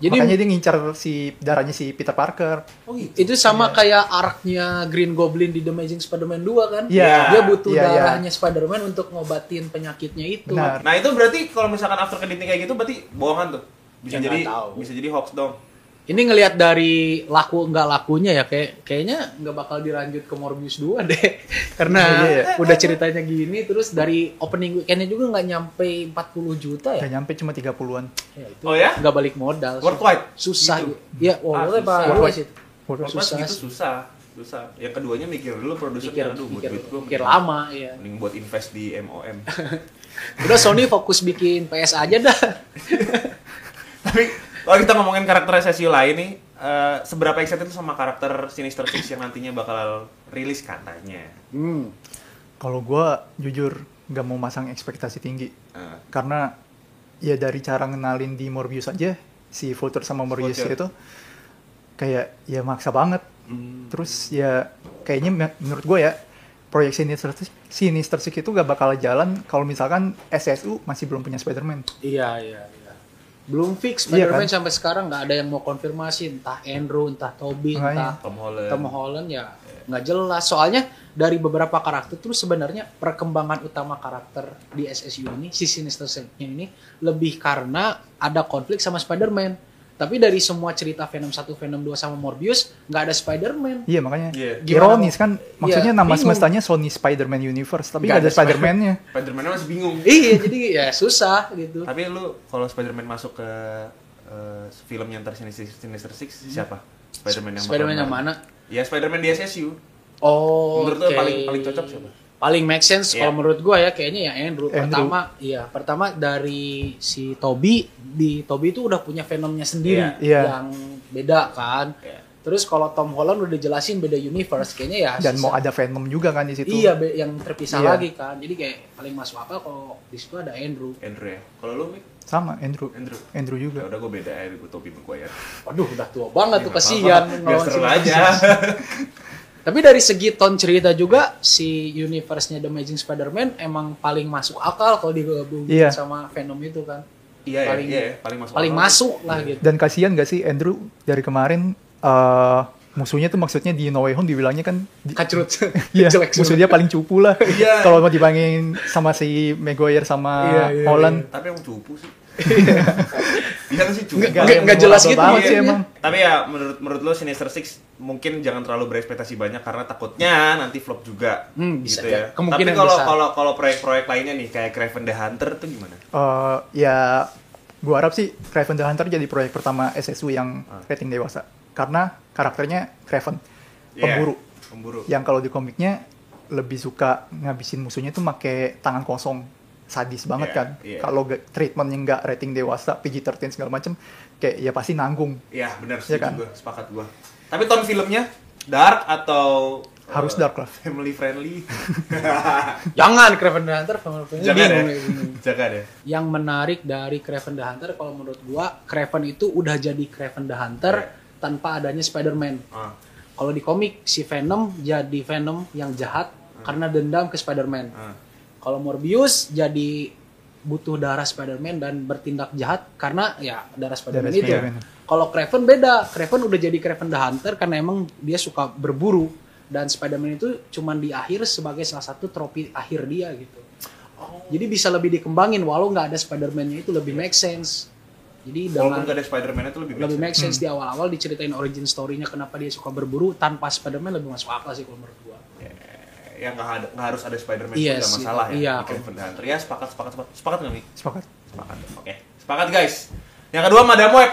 [SPEAKER 3] Jadi-
[SPEAKER 1] Makanya dia ngincar si darahnya si Peter Parker.
[SPEAKER 2] Oh gitu.
[SPEAKER 3] itu sama
[SPEAKER 1] Iya.
[SPEAKER 3] kayak arknya Green Goblin di The Amazing Spider-Man 2 kan
[SPEAKER 1] Iya.
[SPEAKER 3] dia butuh
[SPEAKER 1] Iya, iya.
[SPEAKER 3] darahnya Spider-Man untuk ngobatin penyakitnya itu
[SPEAKER 1] Benar.
[SPEAKER 2] Nah, itu berarti kalau misalkan after crediting kayak gitu berarti bohongan tuh. Bisa
[SPEAKER 3] Ya, nggak
[SPEAKER 2] jadi
[SPEAKER 3] tahu.
[SPEAKER 2] bisa jadi hoax dong.
[SPEAKER 3] ini ngelihat dari laku nggak lakunya ya kayak kayaknya nggak bakal dilanjut ke Morbius 2 deh <laughs> karena
[SPEAKER 1] Iya, iya.
[SPEAKER 3] udah ceritanya gini terus dari opening weekendnya juga nggak nyampe 40 juta ya,
[SPEAKER 1] Gak nyampe cuma 30-an.
[SPEAKER 3] Ya, itu
[SPEAKER 2] Oh ya?
[SPEAKER 3] nggak balik modal
[SPEAKER 2] Worldwide.
[SPEAKER 3] susah
[SPEAKER 2] Gitu.
[SPEAKER 3] ya worldwide
[SPEAKER 2] susah.
[SPEAKER 3] apa US itu
[SPEAKER 1] Waduh,
[SPEAKER 2] Worldwide
[SPEAKER 3] susah
[SPEAKER 2] segitu
[SPEAKER 3] sih.
[SPEAKER 2] gitu susah. Susah. Yang keduanya mikir dulu
[SPEAKER 3] pikir
[SPEAKER 2] produsernya aduh buat
[SPEAKER 3] pikir,
[SPEAKER 2] duit gua
[SPEAKER 3] pikir
[SPEAKER 2] mending-
[SPEAKER 3] lama ya
[SPEAKER 2] Mending buat invest di MOM.
[SPEAKER 3] udah Sony fokus bikin PS aja dah
[SPEAKER 2] Tapi kalau kita ngomongin karakter SSU lain nih, eh, seberapa excited lu sama karakter Sinister Six yang nantinya bakal rilis katanya?
[SPEAKER 3] hmm.
[SPEAKER 1] Kalau gua jujur nggak mau masang ekspektasi tinggi
[SPEAKER 2] Eh,
[SPEAKER 1] karena ya dari cara ngenalin di Morbius aja si Vulture sama Morbius
[SPEAKER 2] Vulture.
[SPEAKER 1] itu kayak ya maksa banget. Terus ya kayaknya me- menurut gua ya proyek Sinister Six, Sinister Six itu gak bakal jalan kalau misalkan SSU masih belum punya Spider-Man.
[SPEAKER 3] iya iya iya belum fix
[SPEAKER 1] Iya,
[SPEAKER 3] Spider-Man
[SPEAKER 1] kan?
[SPEAKER 3] sampai sekarang nggak ada yang mau konfirmasi entah Andrew entah Toby
[SPEAKER 1] Makanya.
[SPEAKER 3] entah
[SPEAKER 2] Tom Holland.
[SPEAKER 3] Tom Holland ya nggak jelas soalnya dari beberapa karakter terus sebenarnya perkembangan utama karakter di SSU ini si Sinister Six-nya ini lebih karena ada konflik sama Spider-Man tapi dari semua cerita Venom 1, Venom 2 sama Morbius nggak ada Spider-Man
[SPEAKER 1] Iya makanya
[SPEAKER 2] Iya.
[SPEAKER 3] Gimana
[SPEAKER 1] ironis kan maksudnya
[SPEAKER 3] Iya,
[SPEAKER 1] nama
[SPEAKER 3] bingung.
[SPEAKER 1] semestanya Sony Spider-Man Universe tapi
[SPEAKER 3] Nggak
[SPEAKER 1] gak ada
[SPEAKER 3] ada Spider-
[SPEAKER 1] Spider-Man-nya.
[SPEAKER 2] Spider-Man masih bingung.
[SPEAKER 3] iya jadi ya susah gitu
[SPEAKER 2] Tapi lu kalau Spider-Man masuk ke eh, film yang ntar Sinister, Sinister Six siapa? Spider-Man yang, bakal
[SPEAKER 3] Hmm. Spider-Man yang
[SPEAKER 2] menang?
[SPEAKER 3] mana
[SPEAKER 2] Ya Spider-Man di SSU.
[SPEAKER 3] oh
[SPEAKER 2] Menurut lu
[SPEAKER 3] oke.
[SPEAKER 2] paling- paling cocok siapa?
[SPEAKER 3] paling make sense
[SPEAKER 2] Iya.
[SPEAKER 3] kalau menurut gua ya kayaknya ya Andrew.
[SPEAKER 1] Andrew.
[SPEAKER 3] pertama iya pertama dari si Toby di Toby itu udah punya Venomnya
[SPEAKER 1] Iya.
[SPEAKER 3] sendiri
[SPEAKER 1] Iya.
[SPEAKER 3] yang beda kan
[SPEAKER 2] Iya.
[SPEAKER 3] terus kalau Tom Holland udah jelasin beda universe kayaknya ya
[SPEAKER 1] Dan mau
[SPEAKER 3] susah.
[SPEAKER 1] ada Venom juga kan di situ.
[SPEAKER 3] iya be- yang terpisah
[SPEAKER 1] Iya.
[SPEAKER 3] lagi kan jadi kayak paling masuk apa kalau di situ ada Andrew
[SPEAKER 2] Andrew ya. Kalau lu Mik?
[SPEAKER 1] Sama Andrew.
[SPEAKER 2] Andrew.
[SPEAKER 1] Andrew
[SPEAKER 2] Ya
[SPEAKER 1] juga.
[SPEAKER 2] udah gue beda ya, gue Toby Maguire.
[SPEAKER 3] waduh udah tua banget
[SPEAKER 2] Ya,
[SPEAKER 3] tuh
[SPEAKER 2] nggak
[SPEAKER 3] kasihan
[SPEAKER 2] apa-apa. Biar
[SPEAKER 3] ngelawan
[SPEAKER 2] seru
[SPEAKER 3] si-
[SPEAKER 2] aja.
[SPEAKER 3] <laughs> Tapi dari segi ton cerita juga si universe-nya The Amazing Spider-Man emang paling masuk akal kalau digabungin
[SPEAKER 1] Iya.
[SPEAKER 3] sama Venom itu kan.
[SPEAKER 2] Iya ya,
[SPEAKER 3] Paling-
[SPEAKER 2] iya ya, paling masuk.
[SPEAKER 3] Paling
[SPEAKER 2] akal.
[SPEAKER 3] masuk lah
[SPEAKER 2] Iya.
[SPEAKER 3] gitu.
[SPEAKER 1] Dan kasihan gak sih Andrew dari kemarin eh, musuhnya tuh maksudnya di No Way Home dibilangnya kan di-
[SPEAKER 3] Kacrut. <laughs>
[SPEAKER 1] Iya,
[SPEAKER 3] Jelek semua.
[SPEAKER 1] musuhnya paling cupu
[SPEAKER 3] <laughs>
[SPEAKER 1] lah.
[SPEAKER 2] Iya.
[SPEAKER 1] Kalau mau dibandingin sama si Maguire sama
[SPEAKER 3] Iya, iya,
[SPEAKER 1] Holland.
[SPEAKER 2] Tapi emang cupu
[SPEAKER 3] <laughs>
[SPEAKER 2] sih. Iya sih cupu.
[SPEAKER 3] Nggak-
[SPEAKER 2] banget.
[SPEAKER 3] nggak- nggak jelas gitu
[SPEAKER 1] Banget sih
[SPEAKER 3] maksudnya.
[SPEAKER 1] emang.
[SPEAKER 2] Tapi ya menurut menurut lo Sinister Six mungkin jangan terlalu berekspektasi banyak karena takutnya nanti flop juga.
[SPEAKER 3] Hmm, bisa
[SPEAKER 2] gitu ya.
[SPEAKER 3] ya. Kemungkinan
[SPEAKER 2] Tapi kalau
[SPEAKER 3] besar.
[SPEAKER 2] kalau kalau proyek-proyek lainnya nih kayak Craven the Hunter tuh gimana?
[SPEAKER 1] Eh, ya gua harap sih Craven the Hunter jadi proyek pertama SSU yang
[SPEAKER 2] Ah.
[SPEAKER 1] rating dewasa. Karena karakternya Craven
[SPEAKER 2] Iya,
[SPEAKER 1] pemburu
[SPEAKER 2] Pemburu.
[SPEAKER 3] Ya.
[SPEAKER 1] yang kalau di komiknya lebih suka ngabisin musuhnya tuh make tangan kosong. Sadis banget
[SPEAKER 2] Iya,
[SPEAKER 1] kan.
[SPEAKER 2] iya.
[SPEAKER 1] Kalau ga- treatmentnya nggak rating dewasa, PG-13 segala macem, kayak ya pasti nanggung.
[SPEAKER 2] Iya, benar
[SPEAKER 3] Ya
[SPEAKER 1] Iya
[SPEAKER 2] sih
[SPEAKER 1] kan?
[SPEAKER 2] juga sepakat gua. Tapi tone filmnya dark atau
[SPEAKER 1] Harus
[SPEAKER 2] eh,
[SPEAKER 1] dark lah.
[SPEAKER 2] Family friendly.
[SPEAKER 3] Jangan Craven the Hunter. Venom- Venom-
[SPEAKER 2] Jangan ya.
[SPEAKER 3] bingung ya, bingung.
[SPEAKER 2] Jangan ya.
[SPEAKER 3] Yang menarik dari Craven the Hunter kalau menurut gua Craven itu udah jadi Craven the Hunter
[SPEAKER 2] Iya.
[SPEAKER 3] tanpa adanya Spider-Man.
[SPEAKER 2] Ah,
[SPEAKER 3] Kalau di komik si Venom jadi Venom yang jahat
[SPEAKER 2] Hmm.
[SPEAKER 3] karena dendam ke Spider-Man.
[SPEAKER 2] ah.
[SPEAKER 3] Kalau Morbius jadi butuh darah Spider-Man dan bertindak jahat karena ya darah Spider-Man
[SPEAKER 1] Darah
[SPEAKER 3] itu.
[SPEAKER 1] Spider-Man.
[SPEAKER 3] Kalau Craven beda. Craven udah jadi Craven the Hunter karena emang dia suka berburu dan Spider-Man itu cuman di akhir sebagai salah satu trofi akhir dia gitu. Jadi bisa lebih dikembangin walau nggak ada Spider-Man-nya itu lebih make sense. Jadi
[SPEAKER 2] Walaupun
[SPEAKER 3] dengan
[SPEAKER 2] gak ada Spider-Man itu lebih
[SPEAKER 3] lebih
[SPEAKER 2] bagus.
[SPEAKER 3] make sense di awal-awal diceritain origin story-nya kenapa dia suka berburu tanpa Spider-Man lebih masuk akal sih kalau menurut gua.
[SPEAKER 2] yang Eh, ya, nggak ada- nggak harus ada Spider-Man
[SPEAKER 3] Iya
[SPEAKER 2] itu nggak
[SPEAKER 3] sih,
[SPEAKER 2] masalah ya.
[SPEAKER 3] iya.
[SPEAKER 2] di Craven the Hunter. Ya sepakat sepakat sepakat sepakat nggak Mi?
[SPEAKER 1] Sepakat.
[SPEAKER 2] Sepakat. Oke. Sepakat guys. Yang kedua Madam Web,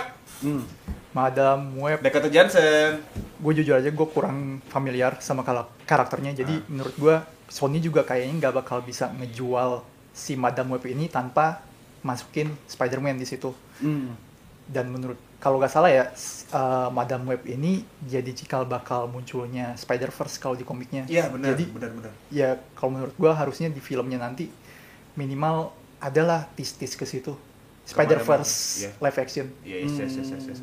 [SPEAKER 1] Madam Web
[SPEAKER 2] Dakota Johnson.
[SPEAKER 1] gue jujur aja gue kurang familiar sama kala- karakternya
[SPEAKER 2] Ah.
[SPEAKER 1] jadi menurut gue Sony juga kayaknya nggak bakal bisa ngejual si Madam Web ini tanpa masukin Spider-Man di situ
[SPEAKER 4] Hmm.
[SPEAKER 1] dan menurut kalau nggak salah ya s- uh, Madam Web ini jadi cikal bakal munculnya Spider-Verse kalau di komiknya
[SPEAKER 2] Iya benar,
[SPEAKER 1] jadi
[SPEAKER 2] benar benar.
[SPEAKER 1] ya kalau menurut gue harusnya di filmnya nanti minimal adalah tis-tis ke situ Spider-Verse
[SPEAKER 2] Iya.
[SPEAKER 1] live action
[SPEAKER 2] Iya, yes, yes, yes, yes,
[SPEAKER 3] Hmm.
[SPEAKER 2] yes.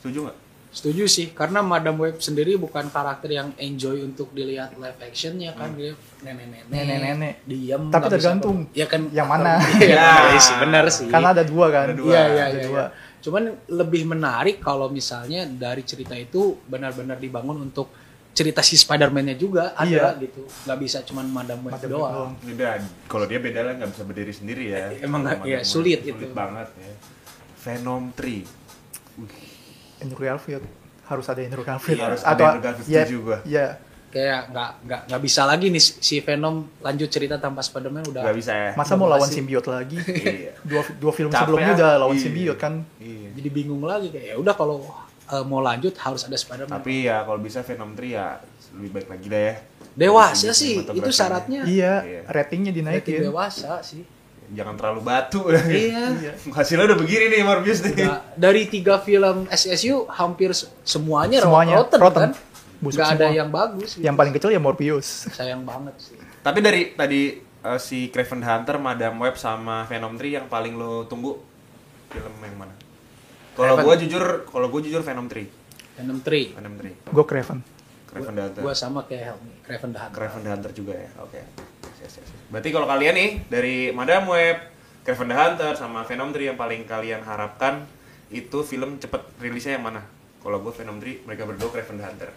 [SPEAKER 2] Setuju nggak?
[SPEAKER 3] Setuju sih, karena Madam Web sendiri bukan karakter yang enjoy untuk dilihat live actionnya kan dia nenek-nenek,
[SPEAKER 1] Hmm. Nenek-nenek.
[SPEAKER 3] diam.
[SPEAKER 1] Tapi
[SPEAKER 3] nggak bisa
[SPEAKER 1] tergantung
[SPEAKER 3] apa- ya kan
[SPEAKER 1] yang mana.
[SPEAKER 3] <laughs> Iya
[SPEAKER 2] Ya.
[SPEAKER 3] benar sih, benar sih.
[SPEAKER 1] karena ada dua kan
[SPEAKER 2] Ada dua.
[SPEAKER 3] Iya iya
[SPEAKER 1] ada
[SPEAKER 3] iya,
[SPEAKER 1] dua.
[SPEAKER 3] iya. Cuman lebih menarik kalau misalnya dari cerita itu benar-benar dibangun untuk cerita si Spider-Man-nya juga ada gitu. Nggak bisa cuman Madam
[SPEAKER 1] Iya.
[SPEAKER 3] Web
[SPEAKER 1] Madam Web
[SPEAKER 3] doang.
[SPEAKER 1] doang.
[SPEAKER 2] Beda. Kalau dia beda lah nggak bisa berdiri sendiri ya.
[SPEAKER 3] Emang nggak-
[SPEAKER 2] Teman-teman.
[SPEAKER 3] iya, sulit
[SPEAKER 2] Sulit
[SPEAKER 3] itu.
[SPEAKER 2] banget ya. Venom 3.
[SPEAKER 1] Andrew Garfield harus ada Andrew Garfield
[SPEAKER 2] Iya, harus ada
[SPEAKER 1] atau
[SPEAKER 2] Andrew Garfield,
[SPEAKER 1] ya,
[SPEAKER 2] setuju gua.
[SPEAKER 1] ya
[SPEAKER 3] Kayak nggak nggak nggak bisa lagi nih si Venom lanjut cerita tanpa Spider-Man udah.
[SPEAKER 2] Nggak bisa ya.
[SPEAKER 1] masa mau lawan
[SPEAKER 3] Masih-
[SPEAKER 1] simbiot lagi
[SPEAKER 2] Iya.
[SPEAKER 1] dua dua film
[SPEAKER 2] Capek,
[SPEAKER 1] sebelumnya udah lawan
[SPEAKER 2] iya.
[SPEAKER 1] simbiot kan
[SPEAKER 2] Iya.
[SPEAKER 3] Jadi bingung lagi kayak ya udah kalau eh, mau lanjut harus ada Spider-Man.
[SPEAKER 2] Tapi ya kalau bisa Venom 3 ya lebih baik lagi dah ya.
[SPEAKER 3] Dewasa
[SPEAKER 2] Dari segi
[SPEAKER 3] sih itu
[SPEAKER 2] kinematografinya.
[SPEAKER 3] syaratnya.
[SPEAKER 2] Iya.
[SPEAKER 1] iya ratingnya
[SPEAKER 3] Berarti
[SPEAKER 1] dinaikin
[SPEAKER 3] dewasa sih.
[SPEAKER 2] Jangan terlalu batu. <laughs>
[SPEAKER 3] Iya.
[SPEAKER 1] Iya.
[SPEAKER 2] Hasilnya udah begini nih Morbius nih.
[SPEAKER 3] Nah, dari tiga film SSU hampir se- semuanya,
[SPEAKER 1] Semuanya
[SPEAKER 3] rotten,
[SPEAKER 1] rotten.
[SPEAKER 3] kan?
[SPEAKER 1] Busuk
[SPEAKER 3] Nggak ada
[SPEAKER 1] semua.
[SPEAKER 3] yang bagus. gitu.
[SPEAKER 1] yang paling kecil ya Morbius
[SPEAKER 3] sayang banget sih.
[SPEAKER 2] Tapi dari tadi eh, si Craven Hunter, Madam Web sama Venom 3 yang paling lo tunggu film yang mana? Kalau
[SPEAKER 3] Craven.
[SPEAKER 2] gua jujur, kalau gua jujur Venom 3.
[SPEAKER 3] Venom 3.
[SPEAKER 2] Venom 3.
[SPEAKER 1] gue Craven
[SPEAKER 2] Craven Hunter.
[SPEAKER 3] Gua sama kayak Helmi, Craven the Hunter.
[SPEAKER 2] Craven the Hunter juga ya. Oke. Yes, yes, yes. Berarti kalau kalian nih dari Madam Web, Craven the Hunter sama Venom 3 yang paling kalian harapkan itu film cepet rilisnya yang mana? Kalau gue Venom 3, mereka berdua Craven the Hunter.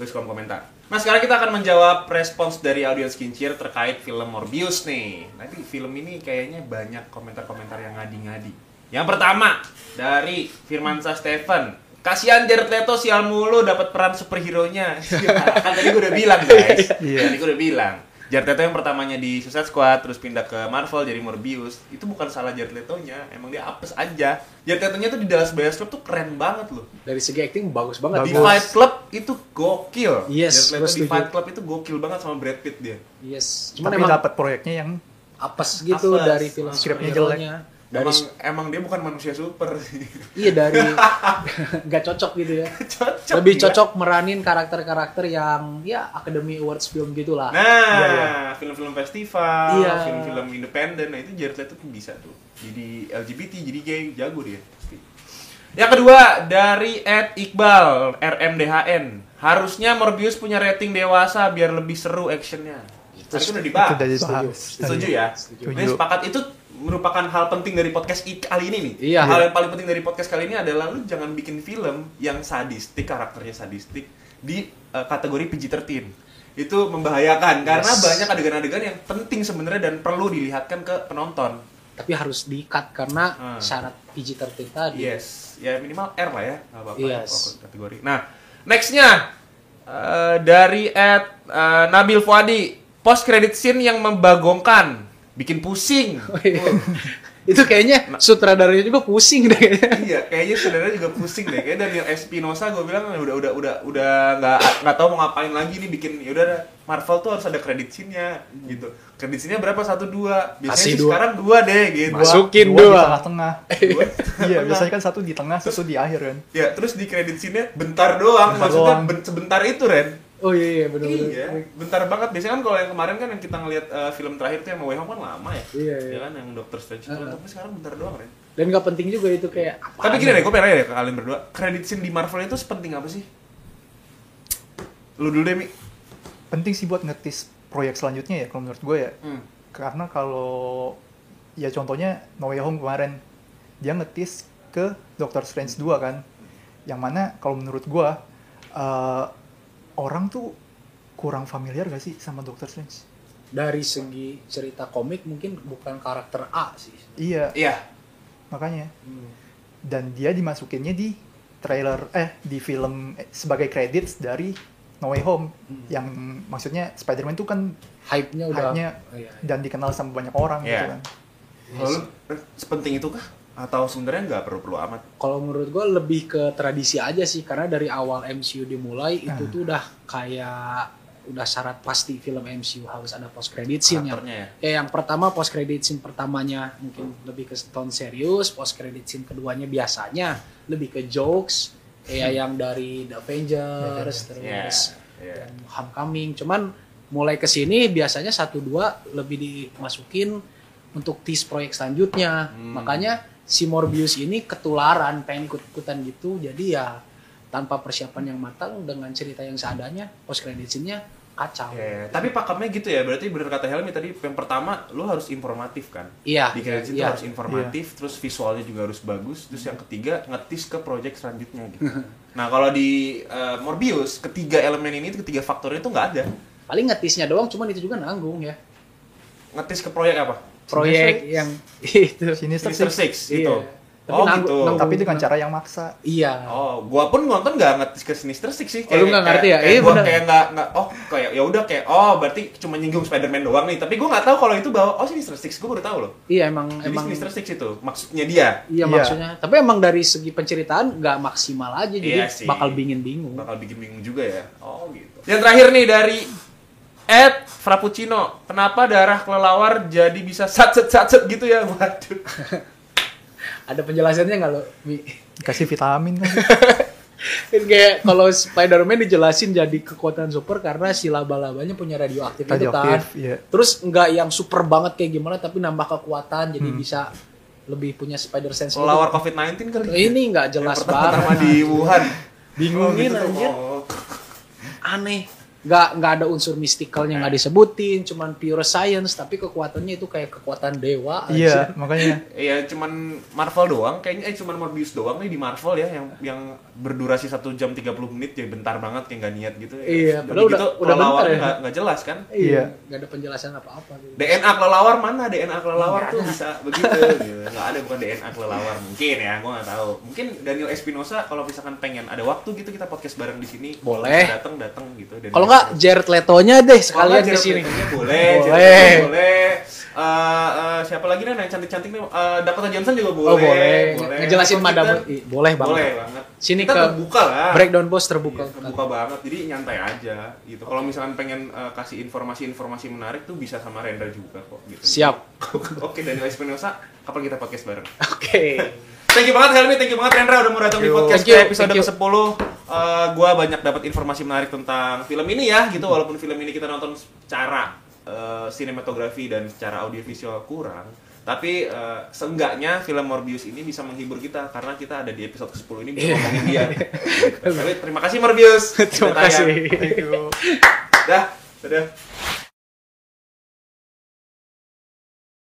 [SPEAKER 2] Terus kolom komentar. Nah sekarang kita akan menjawab respons dari audiens kincir terkait film Morbius nih. Nanti film ini kayaknya banyak komentar-komentar yang ngadi-ngadi. Yang pertama dari Firmansyah Stephen. Kasihan Jared Leto sial mulu dapat peran superhero-nya. <laughs> kan tadi gue udah bilang guys.
[SPEAKER 1] Iya.
[SPEAKER 2] Tadi gue Kan udah bilang. Jared Leto yang pertamanya di Suicide Squad terus pindah ke Marvel jadi Morbius itu bukan salah Jared Leto-nya, emang dia apes aja. Jared Leto-nya tuh di Dallas Buyers Club tuh keren banget loh.
[SPEAKER 3] Dari segi acting bagus banget.
[SPEAKER 2] Di
[SPEAKER 1] Bagus.
[SPEAKER 2] Fight Club itu gokil. Jared
[SPEAKER 3] Yes,
[SPEAKER 2] Leto
[SPEAKER 3] gua
[SPEAKER 2] di
[SPEAKER 3] setuju.
[SPEAKER 2] Fight Club itu gokil banget sama Brad Pitt dia.
[SPEAKER 3] Yes. Cuman
[SPEAKER 1] tapi
[SPEAKER 3] emang
[SPEAKER 1] dapat proyeknya yang
[SPEAKER 3] apes gitu
[SPEAKER 2] Apes.
[SPEAKER 3] dari film
[SPEAKER 1] Skripnya
[SPEAKER 3] superhero-nya.
[SPEAKER 1] jelek.
[SPEAKER 3] Dari
[SPEAKER 2] emang, emang dia bukan manusia super sih. <laughs>
[SPEAKER 3] iya dari <laughs> nggak cocok gitu ya.
[SPEAKER 2] cocok.
[SPEAKER 3] Lebih
[SPEAKER 2] gila.
[SPEAKER 3] cocok meranin karakter-karakter yang ya Academy Awards film gitu gitulah.
[SPEAKER 2] Nah,
[SPEAKER 1] Iya, iya.
[SPEAKER 2] film-film festival,
[SPEAKER 3] Iya.
[SPEAKER 2] film-film independen, nah itu Jared Leto tuh bisa tuh. Jadi LGBT, jadi gay, jago dia pasti. Yang kedua dari Ed Iqbal RMDHN. Harusnya Morbius punya rating dewasa biar lebih seru actionnya. Itu
[SPEAKER 3] Terus-
[SPEAKER 2] sudah
[SPEAKER 1] itu
[SPEAKER 2] dibahas.
[SPEAKER 1] dari
[SPEAKER 3] setuju.
[SPEAKER 2] Setuju ya?
[SPEAKER 3] Setuju.
[SPEAKER 2] Ini sepakat itu merupakan hal penting dari podcast i- kali ini nih.
[SPEAKER 3] Iya.
[SPEAKER 2] Hal yang paling penting dari podcast kali ini adalah lu jangan bikin film yang sadistik, karakternya sadistik di eh, kategori PG-13. Itu membahayakan karena
[SPEAKER 3] Yes.
[SPEAKER 2] banyak adegan-adegan yang penting sebenarnya dan perlu dilihatkan ke penonton.
[SPEAKER 3] Tapi harus di-cut karena
[SPEAKER 2] Hmm.
[SPEAKER 3] syarat PG-13 tadi.
[SPEAKER 2] Yes, ya minimal R lah ya, nggak apa-apa
[SPEAKER 3] Yes.
[SPEAKER 2] kalau kategori. Nah, nextnya eh, dari at eh, Nabil Fuadi, post credit scene yang membagongkan, bikin pusing.
[SPEAKER 3] Oh, iya. <laughs> itu kayaknya sutradaranya juga pusing deh kayaknya.
[SPEAKER 2] iya kayaknya sebenarnya juga pusing deh kayaknya Daniel Espinosa gue bilang udah udah udah udah nggak nggak tahu mau ngapain lagi nih bikin ya udah dah, Marvel tuh harus ada kredit scene-nya gitu kredit scene-nya berapa satu dua biasanya
[SPEAKER 3] Kasih
[SPEAKER 2] sih
[SPEAKER 3] dua.
[SPEAKER 2] sekarang dua deh gitu
[SPEAKER 3] Masukin
[SPEAKER 1] dua di
[SPEAKER 3] dua.
[SPEAKER 1] tengah-tengah
[SPEAKER 2] Dua.
[SPEAKER 1] iya biasanya kan satu di tengah satu di akhir kan
[SPEAKER 2] ya terus di kredit scene-nya bentar doang
[SPEAKER 1] Bentar
[SPEAKER 2] maksudnya
[SPEAKER 1] doang.
[SPEAKER 2] ben- sebentar itu Ren
[SPEAKER 3] Oh iya iya benar benar.
[SPEAKER 2] Iya, bentar banget. Biasanya kan kalau yang kemarin kan yang kita ngelihat eh, film terakhir tuh yang Way Home kan lama ya.
[SPEAKER 3] Iya, iya.
[SPEAKER 2] kan yang Doctor Strange. itu.
[SPEAKER 3] Uh-uh.
[SPEAKER 2] Tapi sekarang bentar doang, Ren.
[SPEAKER 3] Dan nggak penting juga itu kayak apa.
[SPEAKER 2] Tapi gini deh, gue pengen nanya deh ke kalian berdua. Kredit scene di Marvel itu sepenting apa sih? Lu dulu deh, Mi.
[SPEAKER 1] penting sih buat ngetis proyek selanjutnya ya kalau menurut gue ya
[SPEAKER 2] Hmm,
[SPEAKER 1] karena kalau ya contohnya No Way Home kemarin dia ngetis ke Doctor Strange 2 kan yang mana kalau menurut gua eh, orang tuh kurang familiar gak sih sama Doctor Strange
[SPEAKER 3] dari segi cerita komik mungkin bukan karakter A sih.
[SPEAKER 1] iya
[SPEAKER 2] Iya.
[SPEAKER 1] makanya dan dia dimasukinnya di trailer eh di film eh, sebagai credits dari No Way Home yang maksudnya Spider-Man tuh kan
[SPEAKER 3] Hype-nya udah
[SPEAKER 1] Hype-nya
[SPEAKER 3] Oh, iya, iya.
[SPEAKER 1] dan dikenal sama banyak orang gitu
[SPEAKER 2] Iya.
[SPEAKER 1] kan
[SPEAKER 2] Lalu, sepenting itu kah? Atau sebenarnya nggak perlu-perlu amat?
[SPEAKER 3] Kalau menurut gue lebih ke tradisi aja sih karena dari awal MCU dimulai itu tuh udah kayak udah syarat pasti film MCU harus ada post credit scene yang
[SPEAKER 2] Karakternya ya?
[SPEAKER 3] Ya, yang pertama post credit scene pertamanya mungkin lebih ke tone serius, post credit scene keduanya biasanya lebih ke jokes ya
[SPEAKER 2] Hmm.
[SPEAKER 3] yang dari The Avengers terus
[SPEAKER 2] Iya, iya.
[SPEAKER 3] yang Homecoming. Cuman mulai ke sini biasanya satu dua lebih dimasukin untuk tease proyek selanjutnya.
[SPEAKER 2] Hmm.
[SPEAKER 3] Makanya si Morbius ini ketularan pengen ikut-ikutan gitu. Jadi ya tanpa persiapan yang matang dengan cerita yang seadanya, post credit scene-nya kacau.
[SPEAKER 2] Oke, tapi pakemnya gitu ya, berarti bener kata Helmi tadi yang pertama lu harus informatif kan?
[SPEAKER 3] Iya,
[SPEAKER 2] Di credit scene tuh
[SPEAKER 3] iya.
[SPEAKER 2] harus informatif, terus visualnya juga harus bagus, terus yang ketiga ngetis ke project selanjutnya
[SPEAKER 3] <laughs>
[SPEAKER 2] gitu. nah kalau di eh, Morbius ketiga elemen ini, ketiga faktornya itu nggak ada.
[SPEAKER 3] Paling ngetisnya doang, cuman itu juga nanggung ya.
[SPEAKER 2] Ngetis ke proyek apa?
[SPEAKER 3] Proyek <laughs> yang itu.
[SPEAKER 1] Sinister
[SPEAKER 2] Sinister
[SPEAKER 1] Six.
[SPEAKER 2] Six itu.
[SPEAKER 3] Iya. Tapi
[SPEAKER 2] oh
[SPEAKER 3] nanggung-
[SPEAKER 2] gitu.
[SPEAKER 3] nanggung.
[SPEAKER 1] Tapi dengan cara yang maksa.
[SPEAKER 3] Iya.
[SPEAKER 2] Oh, gua pun nonton nggak ngetis ke Sinister Six sih.
[SPEAKER 3] Oh, lu nggak ngerti ya?
[SPEAKER 2] Kayak,
[SPEAKER 3] Iya,
[SPEAKER 2] gua
[SPEAKER 3] bener.
[SPEAKER 2] kayak nggak nggak. Oh, kayak ya udah kayak. Oh, berarti cuma nyinggung Spider-Man doang nih. Tapi gua nggak tahu kalau itu bawa. Oh, Sinister Six, gua baru tahu loh.
[SPEAKER 3] Iya emang
[SPEAKER 2] Jadi
[SPEAKER 3] emang
[SPEAKER 2] Sinister Six itu maksudnya dia
[SPEAKER 1] Iya.
[SPEAKER 3] Iya maksudnya. Tapi emang dari segi penceritaan nggak maksimal aja jadi
[SPEAKER 2] Iya sih.
[SPEAKER 3] bakal bingin bingung.
[SPEAKER 2] bakal bikin bingung juga ya. Oh gitu. Yang terakhir nih dari Ed Frappuccino, kenapa darah kelelawar jadi bisa satset satset gitu ya? Waduh.
[SPEAKER 3] Ada penjelasannya nggak lo? Mi? <laughs>
[SPEAKER 1] Dikasih vitamin kan.
[SPEAKER 3] Kan kayak kalau Spider-Man dijelasin jadi kekuatan super karena si laba-labanya punya radioaktif, itu kan.
[SPEAKER 1] Radioaktif, iya.
[SPEAKER 3] Terus nggak yang super banget kayak gimana tapi nambah kekuatan
[SPEAKER 1] Hmm.
[SPEAKER 3] jadi bisa lebih punya spider sense gitu.
[SPEAKER 2] Kelelawar COVID-19 kali.
[SPEAKER 3] Ini nggak jelas banget.
[SPEAKER 2] Pertama di Wuhan.
[SPEAKER 3] Bingungin
[SPEAKER 2] tuh.
[SPEAKER 3] anjir.
[SPEAKER 2] Oh.
[SPEAKER 3] aneh nggak nggak ada unsur mistikalnya
[SPEAKER 1] Eh.
[SPEAKER 3] nggak disebutin cuman pure science tapi kekuatannya itu kayak kekuatan dewa
[SPEAKER 1] Iya, makanya.
[SPEAKER 2] Iya, cuman Marvel doang. Kayaknya eh, cuman Morbius doang nih di Marvel ya yang yang berdurasi 1 jam 30 menit jadi bentar banget kayak nggak niat gitu. Udah
[SPEAKER 3] Iya, padahal
[SPEAKER 2] gitu,
[SPEAKER 3] udah- udah bentar
[SPEAKER 2] kelelawar
[SPEAKER 3] ya.
[SPEAKER 2] nggak- nggak jelas kan?
[SPEAKER 1] Iya.
[SPEAKER 3] nggak ada penjelasan apa apa gitu.
[SPEAKER 2] DNA kelelawar mana DNA kelelawar tuh bisa begitu gitu. nggak ada bukan DNA kelelawar mungkin ya gua nggak tahu mungkin Daniel Espinosa kalau misalkan pengen ada waktu gitu kita podcast bareng di sini
[SPEAKER 3] Boleh.
[SPEAKER 2] datang datang gitu Daniel
[SPEAKER 3] kalau nggak
[SPEAKER 1] Iya.
[SPEAKER 2] Espinosa.
[SPEAKER 3] Jared Leto-nya
[SPEAKER 2] Kalau
[SPEAKER 3] deh
[SPEAKER 2] nggak,
[SPEAKER 3] sekalian ke
[SPEAKER 2] Jared
[SPEAKER 3] sini
[SPEAKER 2] Leto-nya boleh
[SPEAKER 3] Boleh.
[SPEAKER 2] boleh boleh Eh, eh, siapa lagi nih yang cantik cantik nih Eh, Dakota Johnson juga boleh
[SPEAKER 3] oh boleh, ngejelasin
[SPEAKER 2] Atau
[SPEAKER 3] madam
[SPEAKER 2] kita-
[SPEAKER 3] I, boleh banget
[SPEAKER 2] boleh banget
[SPEAKER 3] Sini
[SPEAKER 2] kita
[SPEAKER 3] ke
[SPEAKER 2] terbuka lah
[SPEAKER 3] breakdown bos
[SPEAKER 2] Iya,
[SPEAKER 3] terbuka
[SPEAKER 2] terbuka banget jadi nyantai aja gitu kalau misalkan pengen eh, kasih informasi-informasi menarik tuh bisa sama Rendra juga kok gitu
[SPEAKER 3] Siap.
[SPEAKER 2] <laughs> oke Daniel Espinosa kapan kita podcast bareng
[SPEAKER 3] oke
[SPEAKER 2] thank you banget Helmi thank you banget Rendra udah mau datang di
[SPEAKER 1] Yo.
[SPEAKER 2] podcast
[SPEAKER 3] Thank you,
[SPEAKER 2] ke episode
[SPEAKER 3] thank you.
[SPEAKER 2] ke 10 gue banyak dapat informasi menarik tentang film ini ya gitu walaupun film ini kita nonton secara eh, sinematografi dan secara audiovisual kurang tapi eh, seenggaknya film Morbius ini bisa menghibur kita karena kita ada di episode ke-10 ini bisa ngomongin
[SPEAKER 3] <laughs>
[SPEAKER 2] dia. Gitu. Tapi terima kasih Morbius.
[SPEAKER 3] Iya. Terima
[SPEAKER 2] Udah tayang.
[SPEAKER 3] kasih.
[SPEAKER 2] Dah, dadah.